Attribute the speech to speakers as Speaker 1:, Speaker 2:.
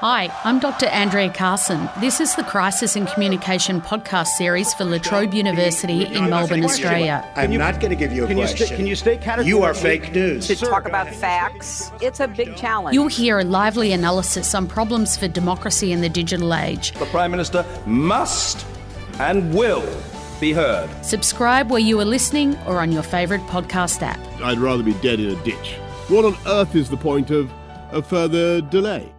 Speaker 1: Hi, I'm Dr. Andrea Carson. This is the Crisis in Communication podcast series for La Trobe University in Melbourne, Australia.
Speaker 2: I'm not going to give you a
Speaker 3: Can you
Speaker 2: question.
Speaker 3: stay- can you stay categorical?
Speaker 2: You are fake news.
Speaker 4: to talk
Speaker 3: go
Speaker 4: about
Speaker 3: ahead.
Speaker 4: facts. It's a big challenge.
Speaker 1: You'll hear a lively analysis on problems for democracy in the digital age.
Speaker 5: The Prime Minister must and will be heard.
Speaker 1: Subscribe where you are listening or on your favourite podcast app.
Speaker 6: I'd rather be dead in a ditch. What on earth is the point of a further delay?